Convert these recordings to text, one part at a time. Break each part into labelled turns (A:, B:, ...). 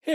A: Hey,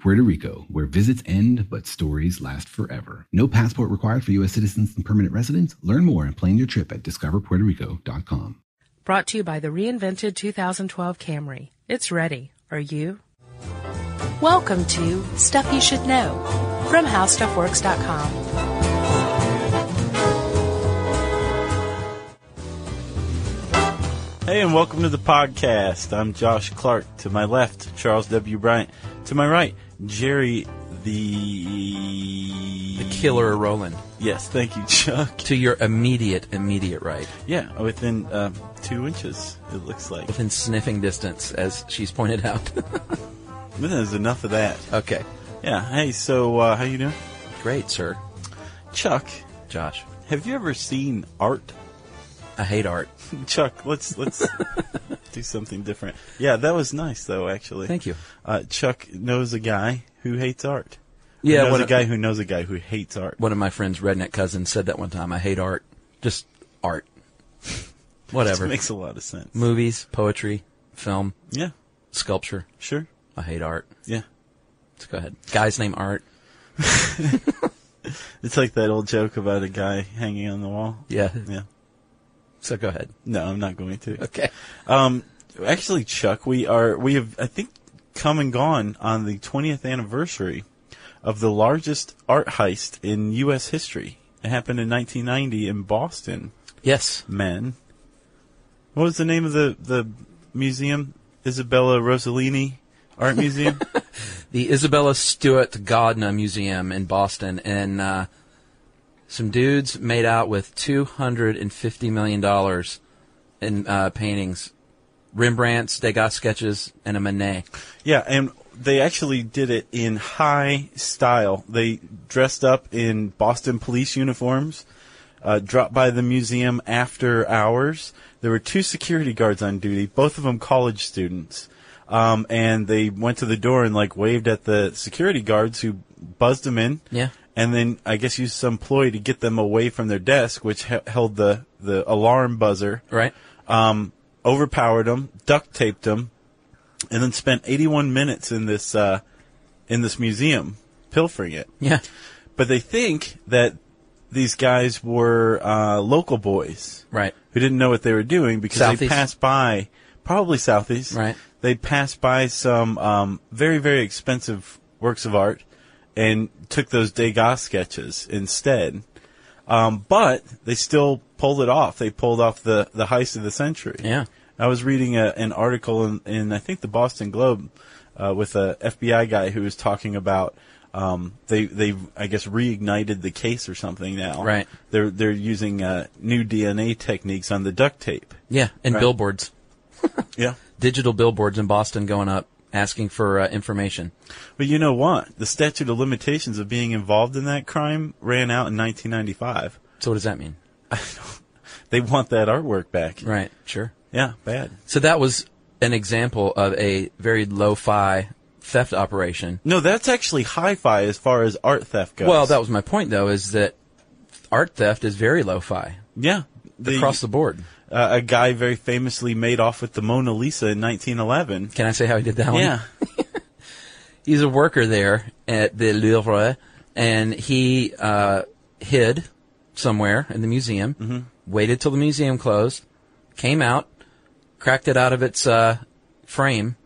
B: Puerto Rico, where visits end but stories last forever. No passport required for U.S. citizens and permanent residents. Learn more and plan your trip at discoverpuertorico.com.
C: Brought to you by the reinvented 2012 Camry. It's ready. Are you?
D: Welcome to Stuff You Should Know from HowStuffWorks.com.
E: Hey, and welcome to the podcast. I'm Josh Clark. To my left, Charles W. Bryant. To my right, Jerry the.
F: The killer Roland.
E: Yes, thank you, Chuck.
F: To your immediate, immediate right.
E: Yeah, within uh, two inches, it looks like.
F: Within sniffing distance, as she's pointed out.
E: There's enough of that.
F: okay.
E: Yeah, hey, so uh, how you doing?
F: Great, sir.
E: Chuck,
F: Josh.
E: have you ever seen art?
F: I hate art.
E: Chuck, let's let's do something different. Yeah, that was nice though. Actually,
F: Thank you.
E: Uh, Chuck knows a guy who hates art. Who
F: Yeah,
E: knows
F: one
E: a
F: of-
E: guy who knows a guy who hates art.
F: One of my friend's redneck cousins said that one time. I hate art. Just art.
E: That
F: Whatever.
E: makes a lot of sense.
F: Movies, poetry, film,
E: Yeah,
F: sculpture.
E: sure.
F: I hate art.
E: Yeah,
F: Let's go ahead. Guy's name Art.
E: it's like that old joke about a guy hanging on the wall.
F: Yeah.
E: Yeah.
F: So go ahead.
E: No, I'm not going to.
F: Okay.
E: Um, actually, Chuck, we are we have I think come and gone on the 20th anniversary of the largest art heist in U.S. history. It happened in 1990 in Boston.
F: Yes.
E: men. What was the name of the, the museum? Isabella Rossellini Art Museum?
F: the Isabella Stewart Gardner Museum in Boston, and uh, some dudes made out with two hundred and fifty million dollars in uh, paintings, Rembrandts, Degas sketches, and a Manet.
E: yeah, and they actually did it in high style. They dressed up in Boston police uniforms, uh, dropped by the museum after hours. There were two security guards on duty, both of them college students. Um, and they went to the door and like waved at the security guards who buzzed them in.
F: Yeah.
E: and then I guess used some ploy to get them away from their desk, which he- held the the alarm buzzer.
F: Right?
E: Um, overpowered them, duct taped them, and then spent 81 minutes in this uh, in this museum pilfering it.
F: Yeah.
E: But they think that these guys were uh, local boys
F: Right.
E: who didn't know what they were doing because they
F: Southeast.
E: passed by probably southeast.
F: Right.
E: They passed by some um, very very expensive works of art and took those Degas sketches instead. Um, but they still pulled it off. They pulled off the the heist of the century.
F: Yeah.
E: I was reading a, an article in, in I think the Boston Globe uh, with a FBI guy who was talking about um, they they I guess reignited the case or something now.
F: Right.
E: They're they're using uh, new DNA techniques on the duct tape.
F: Yeah. And
E: Right.
F: billboards,
E: Yeah.
F: digital billboards in Boston going up asking for uh, information.
E: But you know what? The statute of limitations of being involved in that crime ran out in 1995.
F: So what does that mean?
E: They want that artwork back.
F: Right. Sure.
E: Yeah, bad.
F: So that was an example of a very lo-fi theft operation
E: No, that's actually hi-fi as far as art theft goes.
F: Well, that was my point, though, is that art theft is very lo-fi
E: yeah.
F: across the board.
E: uh, a guy very famously made off with the Mona Lisa in 1911.
F: Can I say how he did that one?
E: Yeah.
F: He's a worker there at the Louvre, and he uh, hid somewhere in the museum, waited till the museum closed, came out, cracked it out of its uh, frame,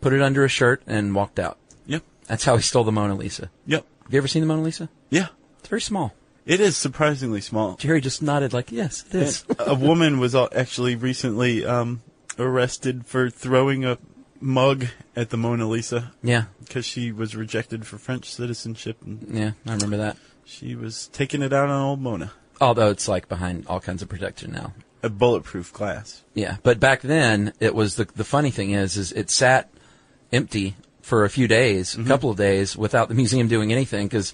F: put it under a shirt, and walked out.
E: Yep.
F: That's how he stole the Mona Lisa.
E: Yep.
F: Have you ever seen the Mona Lisa?
E: Yeah.
F: It's very small.
E: It is surprisingly small.
F: Jerry just nodded like, yes, it is.
E: a woman was al- actually recently um, arrested for throwing a mug at the Mona Lisa
F: yeah,
E: because she was rejected for French citizenship and
F: yeah, I remember that.
E: she was taking it out on old Mona.
F: Although it's like behind all kinds of protection now.
E: A bulletproof glass.
F: Yeah, but back then it was the the funny thing is is it sat empty for a few days, a couple of days without the museum doing anything because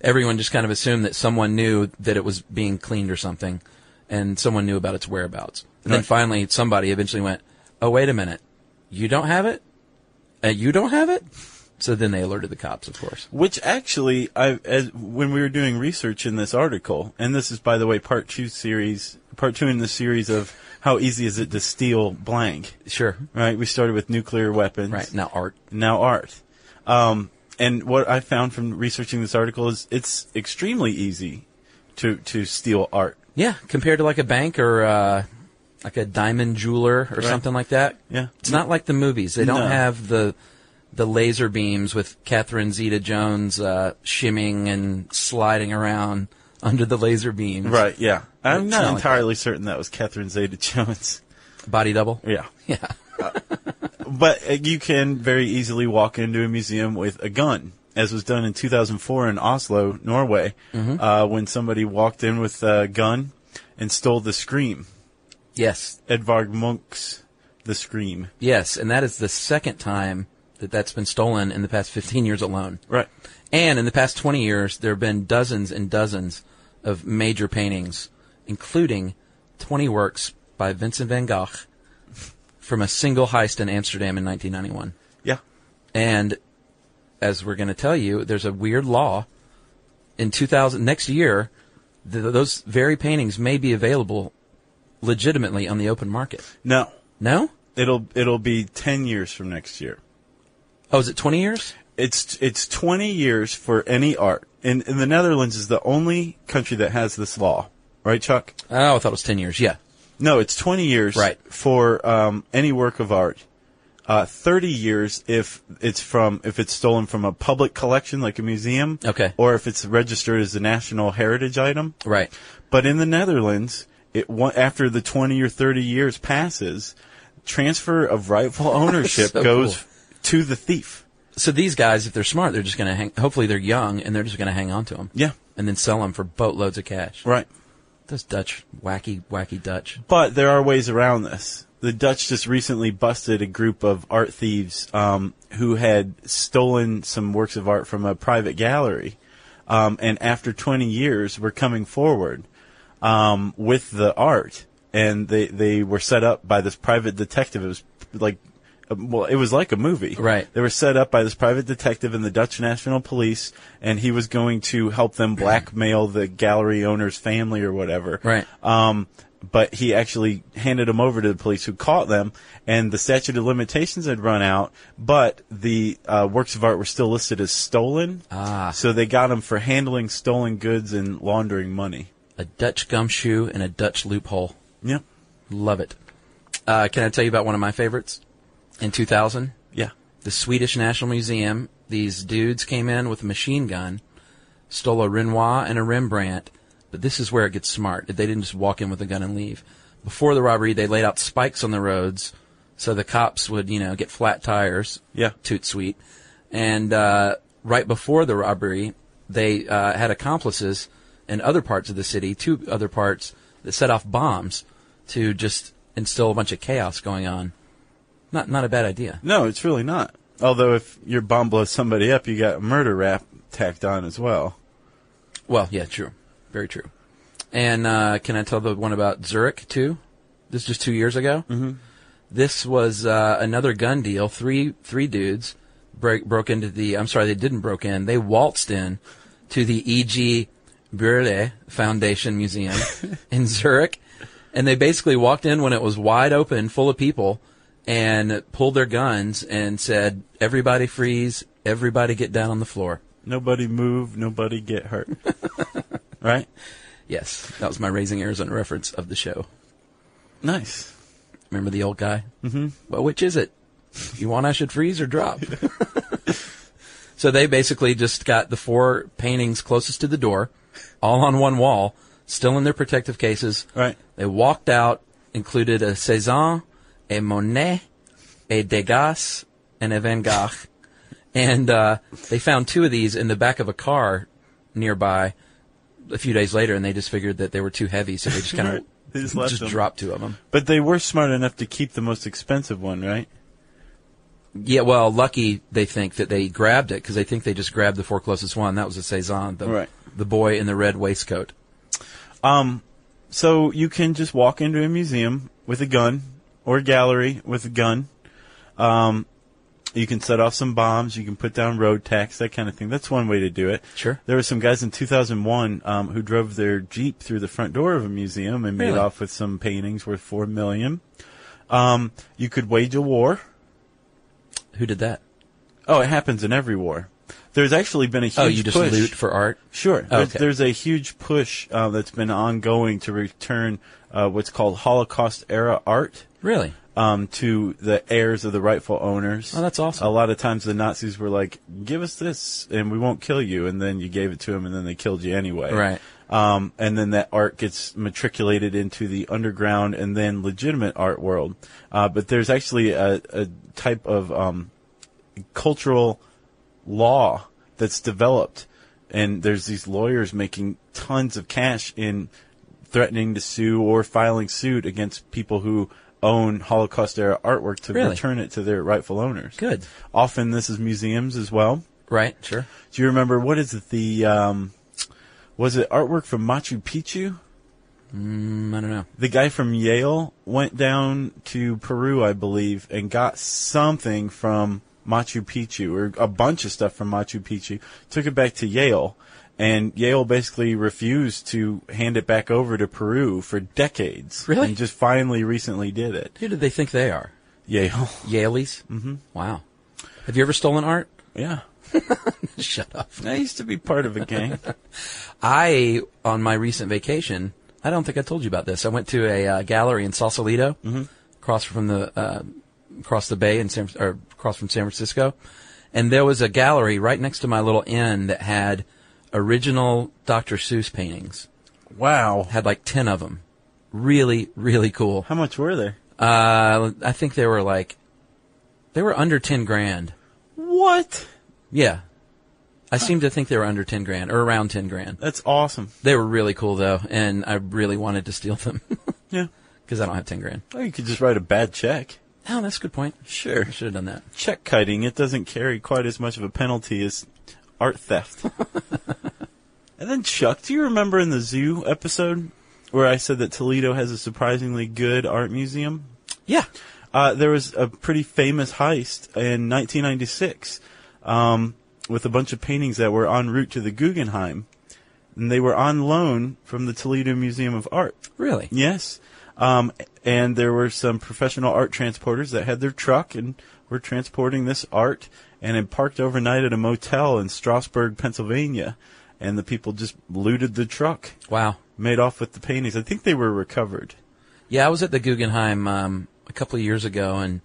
F: everyone just kind of assumed that someone knew that it was being cleaned or something, and someone knew about its whereabouts. And then
E: Right.
F: finally, somebody eventually went, "Oh, wait a minute, you don't have it, uh, you don't have it." So then they alerted the cops, of course.
E: Which actually, I as when we were doing research in this article, and this is by the way part two series, part two in the series of how easy is it to steal blank.
F: Sure.
E: Right, we started with nuclear weapons.
F: Right now, art.
E: now art. Um, and what I found from researching this article is it's extremely easy to to steal art.
F: Yeah, compared to like a bank or uh, like a diamond jeweler or something like that.
E: Yeah.
F: it's not like the movies. They don't
E: No.
F: have the the laser beams with Catherine Zeta-Jones uh, shimming and sliding around under the laser beams.
E: Right. Yeah. I'm
F: It's
E: not,
F: not like
E: entirely certain that was Catherine Zeta-Jones.
F: Body double.
E: yeah. Uh,
F: Yeah.
E: But uh, you can very easily walk into a museum with a gun, as was done in 2004 in Oslo, Norway, uh, when somebody walked in with a gun and stole the Scream,
F: Yes.
E: Edvard Munch's The Scream.
F: Yes, and that is the second time that that's been stolen in the past 15 years alone.
E: Right.
F: And in the past 20 years, there have been dozens and dozens of major paintings, including 20 works by Vincent van Gogh from a single heist in Amsterdam in 1991.
E: Yeah.
F: And as we're going to tell you, there's a weird law in 2000 next year th- those very paintings may be available legitimately on the open market.
E: No.
F: No?
E: It'll it'll be 10 years from next year.
F: Oh, is it 20 years?
E: It's it's 20 years for any art, and, and the Netherlands is the only country that has this law, right, Chuck?
F: Oh, I thought it was 10 years. Yeah.
E: No, it's 20 years
F: Right.
E: for um, any work of art. Uh, 30 years if it's from if it's stolen from a public collection like a museum,
F: Okay.
E: or if it's registered as a national heritage item.
F: Right.
E: But in the Netherlands, it wa- after the 20 or 30 years passes, transfer of rightful ownership
F: So
E: goes
F: cool.
E: to the thief.
F: So these guys, if they're smart, they're just going to hang, hopefully they're young and they're just going to hang on to them.
E: Yeah.
F: And then sell them for boatloads of cash.
E: Right.
F: Those Dutch, wacky, wacky Dutch.
E: But there are ways around this. The Dutch just recently busted a group of art thieves um, who had stolen some works of art from a private gallery, um, and after 20 years, were coming forward um, with the art, and they they were set up by this private detective. It was like. uh, Well, it was like a movie.
F: Right.
E: They were set up by this private detective and the Dutch National Police, and he was going to help them blackmail the gallery owner's family or whatever.
F: Right.
E: Um, but he actually handed them over to the police who caught them, and the statute of limitations had run out, but the uh, works of art were still listed as stolen.
F: Ah.
E: So they got him for handling stolen goods and laundering money.
F: A Dutch gumshoe and a Dutch loophole.
E: Yeah.
F: Love it. Uh, can I tell you about one of my favorites? In 2000,
E: Yeah.
F: the Swedish National Museum, these dudes came in with a machine gun, stole a Renoir and a Rembrandt, but this is where it gets smart. They didn't just walk in with a gun and leave. Before the robbery, they laid out spikes on the roads so the cops would, you know, get flat tires.
E: Yeah.
F: Toot sweet. And, uh, right before the robbery, they, uh, had accomplices in other parts of the city, two other parts that set off bombs to just instill a bunch of chaos going on. Not, not a bad idea.
E: No, it's really not. Although if your bomb blows somebody up, you got a murder rap tacked on as well.
F: Well, yeah, true. Very true. And uh, can I tell the one about Zurich, too? This is just two years ago. Mm-hmm. This was uh, another gun deal. Three three dudes break, broke into the. I'm sorry, they didn't broke in. They waltzed in to the E.G. Burle Foundation Museum in Zurich, and they basically walked in when it was wide open, full of people, and pulled their guns and said, "Everybody freeze! Everybody get down on the floor."
E: Nobody move, nobody get hurt. right?
F: Yes, that was my Raising Arizona reference of the show.
E: Nice.
F: Remember the old guy? Mm-hmm. Well, which is it? You want I should freeze or drop? so they basically just got the four paintings closest to the door, all on one wall, still in their protective cases.
E: Right.
F: They walked out, included a Cezanne, a Monet, a Degas, and a Van Gogh. and uh, they found two of these in the back of a car nearby a few days later, and they just figured that they were too heavy, so they just kind
E: Right.
F: of
E: They just
F: just,
E: left them.
F: dropped two of them.
E: But they were smart enough to keep the most expensive one, right?
F: Yeah, well, lucky they think that they grabbed it because they think they just grabbed the four closest one. That was a Cezanne, the,
E: Right.
F: the boy in the red waistcoat.
E: So you can just walk into a museum with a gun or a gallery with a gun. Um, you can set off some bombs. You can put down road tax, that kind of thing. That's one way to do it.
F: Sure.
E: There were some guys in 2001 um, who drove their jeep through the front door of a museum and made
F: Really?
E: off with some paintings worth four million. Um, you could wage a war.
F: Who did that?
E: Oh, it happens in every war. There's actually been a huge
F: oh, you just
E: push.
F: loot for art?
E: Sure. There's,
F: Okay.
E: there's a huge push uh, that's been ongoing to return uh, what's called Holocaust era art
F: Really?
E: um, to the heirs of the rightful owners.
F: Oh, that's awesome.
E: A lot of times the Nazis were like, "Give us this, and we won't kill you," and then you gave it to them, and then they killed you anyway.
F: Right.
E: Um, and then that art gets matriculated into the underground and then legitimate art world. Uh, but there's actually a, a type of um, cultural law that's developed, and there's these lawyers making tons of cash in threatening to sue or filing suit against people who own Holocaust era artwork to
F: Really?
E: return it to their rightful owners.
F: Good.
E: Often this is museums as well.
F: Right, sure.
E: Do you remember what is it? The um, was it artwork from Machu Picchu?
F: Mm, I don't know.
E: The guy from Yale went down to Peru, I believe, and got something from Machu Picchu or a bunch of stuff from Machu Picchu. Took it back to Yale, and Yale basically refused to hand it back over to Peru for decades.
F: Really?
E: And just finally recently did it.
F: Who did they think they are?
E: Yale.
F: Yaleys? Mm-hmm. Wow. Have you ever stolen art?
E: Yeah.
F: Shut up.
E: I used to be part of a gang.
F: I, on my recent vacation, I don't think I told you about this. I went to a uh, gallery in Sausalito, across from the uh, across the bay in San, or across from San Francisco, and there was a gallery right next to my little inn that had original Dr. Seuss paintings.
E: wow.
F: Had like ten of them. Really, really cool.
E: How much were there?
F: Uh, I think they were like, they were under ten grand.
E: What?
F: Yeah, I seem to think they were under ten grand or around ten grand.
E: That's awesome.
F: They were really cool though, and I really wanted to steal them.
E: Yeah.
F: because I don't have 10 grand.
E: Oh, you could just write a bad check.
F: Oh, that's a good point.
E: Sure.
F: I should have done that.
E: Check kiting, it doesn't carry quite as much of a penalty as art theft. and then, Chuck, do you remember in the zoo episode where I said that Toledo has a surprisingly good art museum?
F: Yeah.
E: Uh, there was a pretty famous heist in 1996 um, with a bunch of paintings that were en route to the Guggenheim. And they were on loan from the Toledo Museum of Art.
F: Really?
E: Yes. Um, and there were some professional art transporters that had their truck and were transporting this art and it parked overnight at a motel in Strasburg, Pennsylvania. And the people just looted the truck,
F: Wow.
E: made off with the paintings. I think they were recovered.
F: Yeah, I was at the Guggenheim um, a couple of years ago, and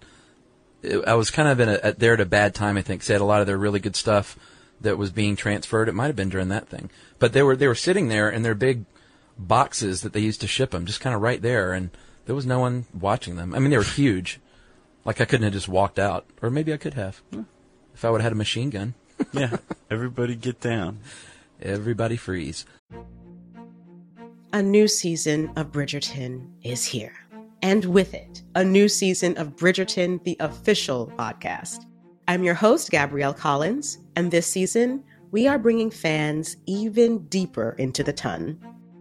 F: it, I was kind of in a, at, there at a bad time. I think 'cause they had a lot of their really good stuff that was being transferred. It might have been during that thing, but they were they were sitting there in their big boxes that they used to ship them, just kind of right there, and there was no one watching them. I mean, they were huge. Like I couldn't have just walked out, or maybe I could have, if I would have had a machine gun.
E: Yeah. Everybody get down.
F: Everybody freeze.
G: A new season of Bridgerton is here. And with it, a new season of Bridgerton, the official podcast. I'm your host, Gabrielle Collins, and this season, we are bringing fans even deeper into the ton.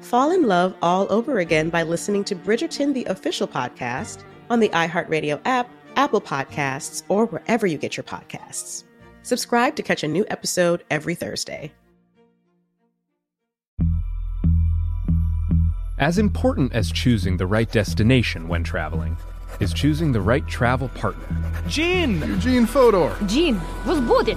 G: fall in love all over again by listening to Bridgerton, the official podcast, on the iHeartRadio app, Apple Podcasts, or wherever you get your podcasts. Subscribe to catch a new episode every Thursday.
H: As important as choosing the right destination when traveling is choosing the right travel partner.
I: Gene!
J: Eugene Fodor.
K: Gene, возбудит!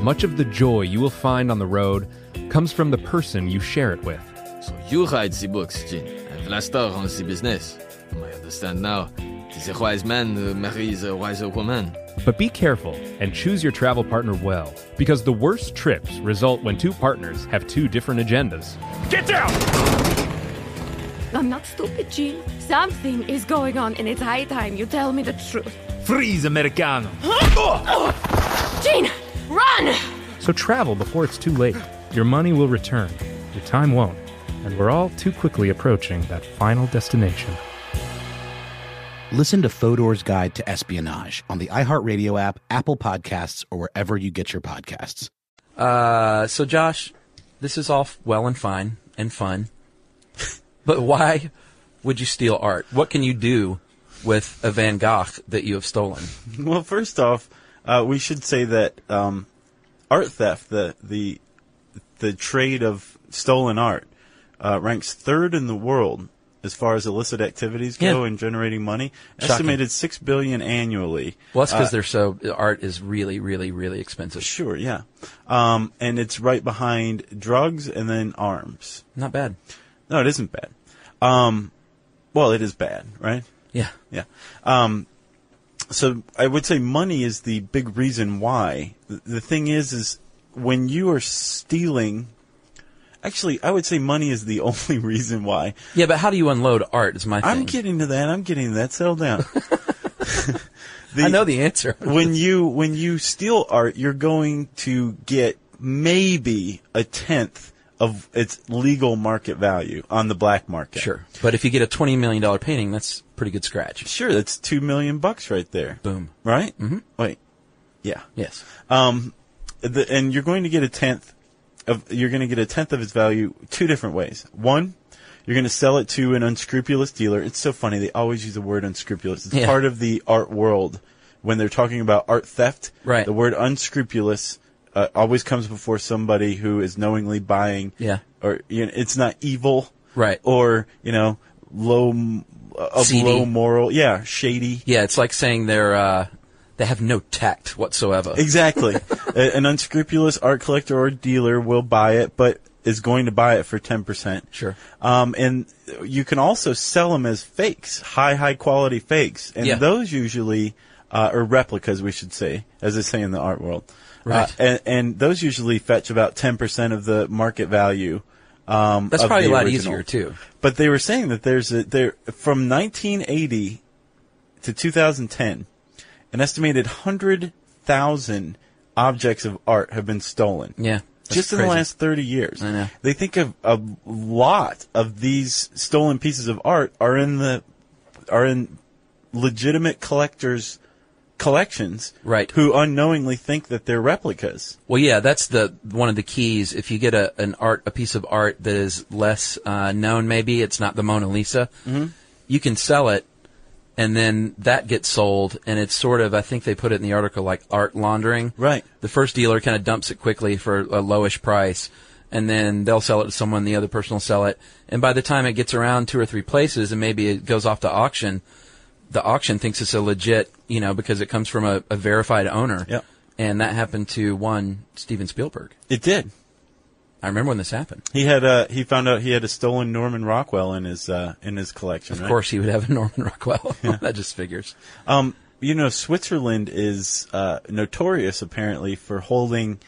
H: Much of the joy you will find on the road comes from the person you share it with.
L: So you write the books, Gene, and Vlastar runs the business. I understand now. It is a wise man who marries a wiser woman.
H: But be careful and choose your travel partner well, because the worst trips result when two partners have two different agendas.
I: Get down!
K: I'm not stupid, Gene. Something is going on, and it's high time you tell me the truth.
I: Freeze, Americano!
K: Gene, run!
H: So travel before it's too late. Your money will return, your time won't, and we're all too quickly approaching that final destination.
M: Listen to Fodor's Guide to Espionage on the iHeartRadio app, Apple Podcasts, or wherever you get your podcasts.
F: Uh, so Josh, this is all f- well and fine and fun, but why would you steal art? What can you do with a Van Gogh that you have stolen?
E: Well, first off, uh, we should say that um, art theft, the the the trade of stolen art, uh, ranks third in the world as far as illicit activities go
F: Yeah.
E: and generating money.
F: Shocking.
E: Estimated six billion annually.
F: Well, that's because
E: Uh,
F: they're so art is really, really, really expensive.
E: sure, yeah, um, and it's right behind drugs and then arms.
F: Not bad.
E: No, it isn't bad. Um, well, it is bad, right?
F: Yeah.
E: Yeah. Um, so I would say money is the big reason why. The- The thing is, is when you are stealing. Actually, I would say money is the only reason why.
F: Yeah, but how do you unload art? Is my thing.
E: I'm getting to that. I'm getting to that. Settle down. The-
F: I know the answer.
E: when you when you steal art, you're going to get maybe a tenth of its legal market value on the black market.
F: Sure. But if you get a twenty million dollar painting, that's pretty good scratch.
E: Sure, that's two million bucks right there.
F: Boom.
E: Right? Mm-hmm. Wait. Yeah.
F: Yes.
E: Um, the, and you're going to get a tenth of you're going to get a tenth of its value two different ways. One, you're going to sell it to an unscrupulous dealer. It's so funny they always use the word unscrupulous. It's
F: Yeah.
E: part of the art world when they're talking about art theft.
F: Right.
E: The word unscrupulous uh, always comes before somebody who is knowingly buying.
F: Yeah.
E: Or you know, it's not evil.
F: Right.
E: Or you know low m- of
F: Seedy.
E: low moral. Yeah. Shady.
F: Yeah, it's like saying they're uh, they have no tact whatsoever.
E: Exactly. A- An unscrupulous art collector or dealer will buy it, but is going to buy it for 10%.
F: Sure.
E: Um, and you can also sell them as fakes, high, high quality fakes. And
F: Yeah.
E: those usually, uh, are replicas, we should say, as they say in the art world.
F: Right.
E: Uh, and, and those usually fetch about 10% of the market value. Um,
F: That's
E: of
F: probably
E: the
F: a lot
E: original.
F: easier too.
E: But they were saying that there's a there from 1980 to 2010, an estimated hundred thousand objects of art have been stolen.
F: Yeah. that's
E: Just in the
F: crazy.
E: last 30 years.
F: I know.
E: They think of a lot of these stolen pieces of art are in the are in legitimate collectors collections
F: Right.
E: who unknowingly think that they're replicas.
F: Well, yeah, that's the one of the keys. If you get a an art, a piece of art that is less uh, known, maybe it's not the Mona Lisa. You can sell it, and then that gets sold, and it's sort of I think they put it in the article like art laundering.
E: Right.
F: The first dealer kind of dumps it quickly for a lowish price, and then they'll sell it to someone. The other person will sell it, and by the time it gets around two or three places, and maybe it goes off to auction, the auction thinks it's a legit, you know, because it comes from a, a verified owner.
E: Yep.
F: And that happened to one Steven Spielberg.
E: It did.
F: I remember when this happened.
E: He had uh he found out he had a stolen Norman Rockwell in his uh in his collection.
F: Of
E: right?
F: course, he would have a Norman Rockwell. that just figures.
E: Um, you know, Switzerland is uh, notorious apparently for holding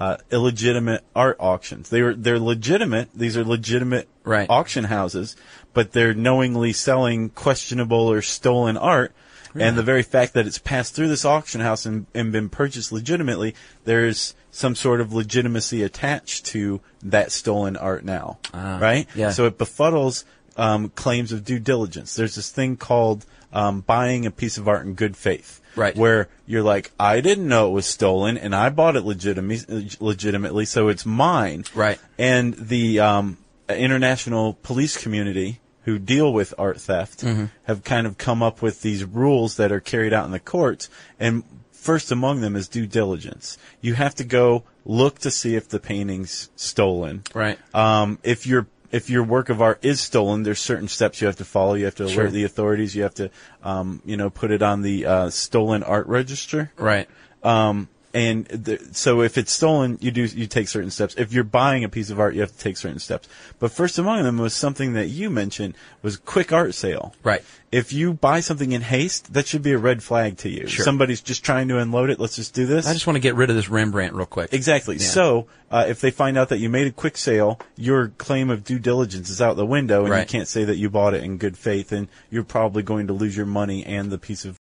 E: uh, illegitimate art auctions. They were they're legitimate. These are legitimate
F: Right.
E: auction houses, but they're knowingly selling questionable or stolen art. And the very fact that it's passed through this auction house and, and been purchased legitimately, there's some sort of legitimacy attached to that stolen art now, right?
F: Ah, yeah.
E: So it befuddles um, claims of due diligence. There's this thing called um, buying a piece of art in good faith,
F: Right.
E: Where you're like, I didn't know it was stolen, and I bought it legitimately, legitimately, so it's mine,
F: Right.
E: And the um, international police community. who deal with art theft
N: Mhm.
E: have kind of come up with these rules that are carried out in the courts. And first among them is due diligence. You have to go look to see if the painting's stolen.
N: Right.
E: Um, if your if your work of art is stolen, there's certain steps you have to follow. You have to alert
N: Sure.
E: the authorities. You have to, um, you know, put it on the uh, stolen art register.
N: Right.
E: Um, and the, so if it's stolen, you do you take certain steps. If you're buying a piece of art, you have to take certain steps. But first among them was something that you mentioned was quick art sale.
N: Right.
E: If you buy something in haste, that should be a red flag to you.
N: Sure.
E: Somebody's just trying to unload it. Let's just do this.
N: I just want to get rid of this Rembrandt real quick.
E: Exactly.
N: Yeah.
E: So, uh, if they find out that you made a quick sale, your claim of due diligence is out the window, and you
N: Right.
E: can't say that you bought it in good faith, and you're probably going to lose your money and the piece of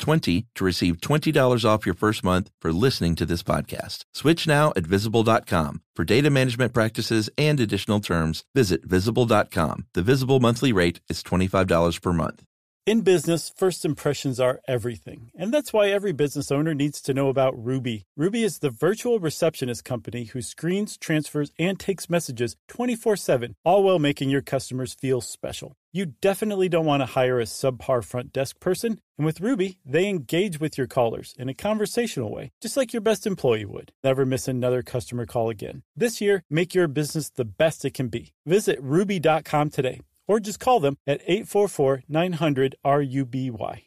F: STUFF20 to receive $20 off your first month for listening to this podcast. Switch now at visible.com. For data management practices and additional terms, visit visible.com. The visible monthly rate is $25 per month.
A: In business, first impressions are everything. And that's why every business owner needs to know about Ruby. Ruby is the virtual receptionist company who screens, transfers, and takes messages 24 7, all while making your customers feel special. You definitely don't want to hire a subpar front desk person. And with Ruby, they engage with your callers in a conversational way, just like your best employee would. Never miss another customer call again. This year, make your business the best it can be. Visit ruby.com today or just call them at 844 900 RUBY.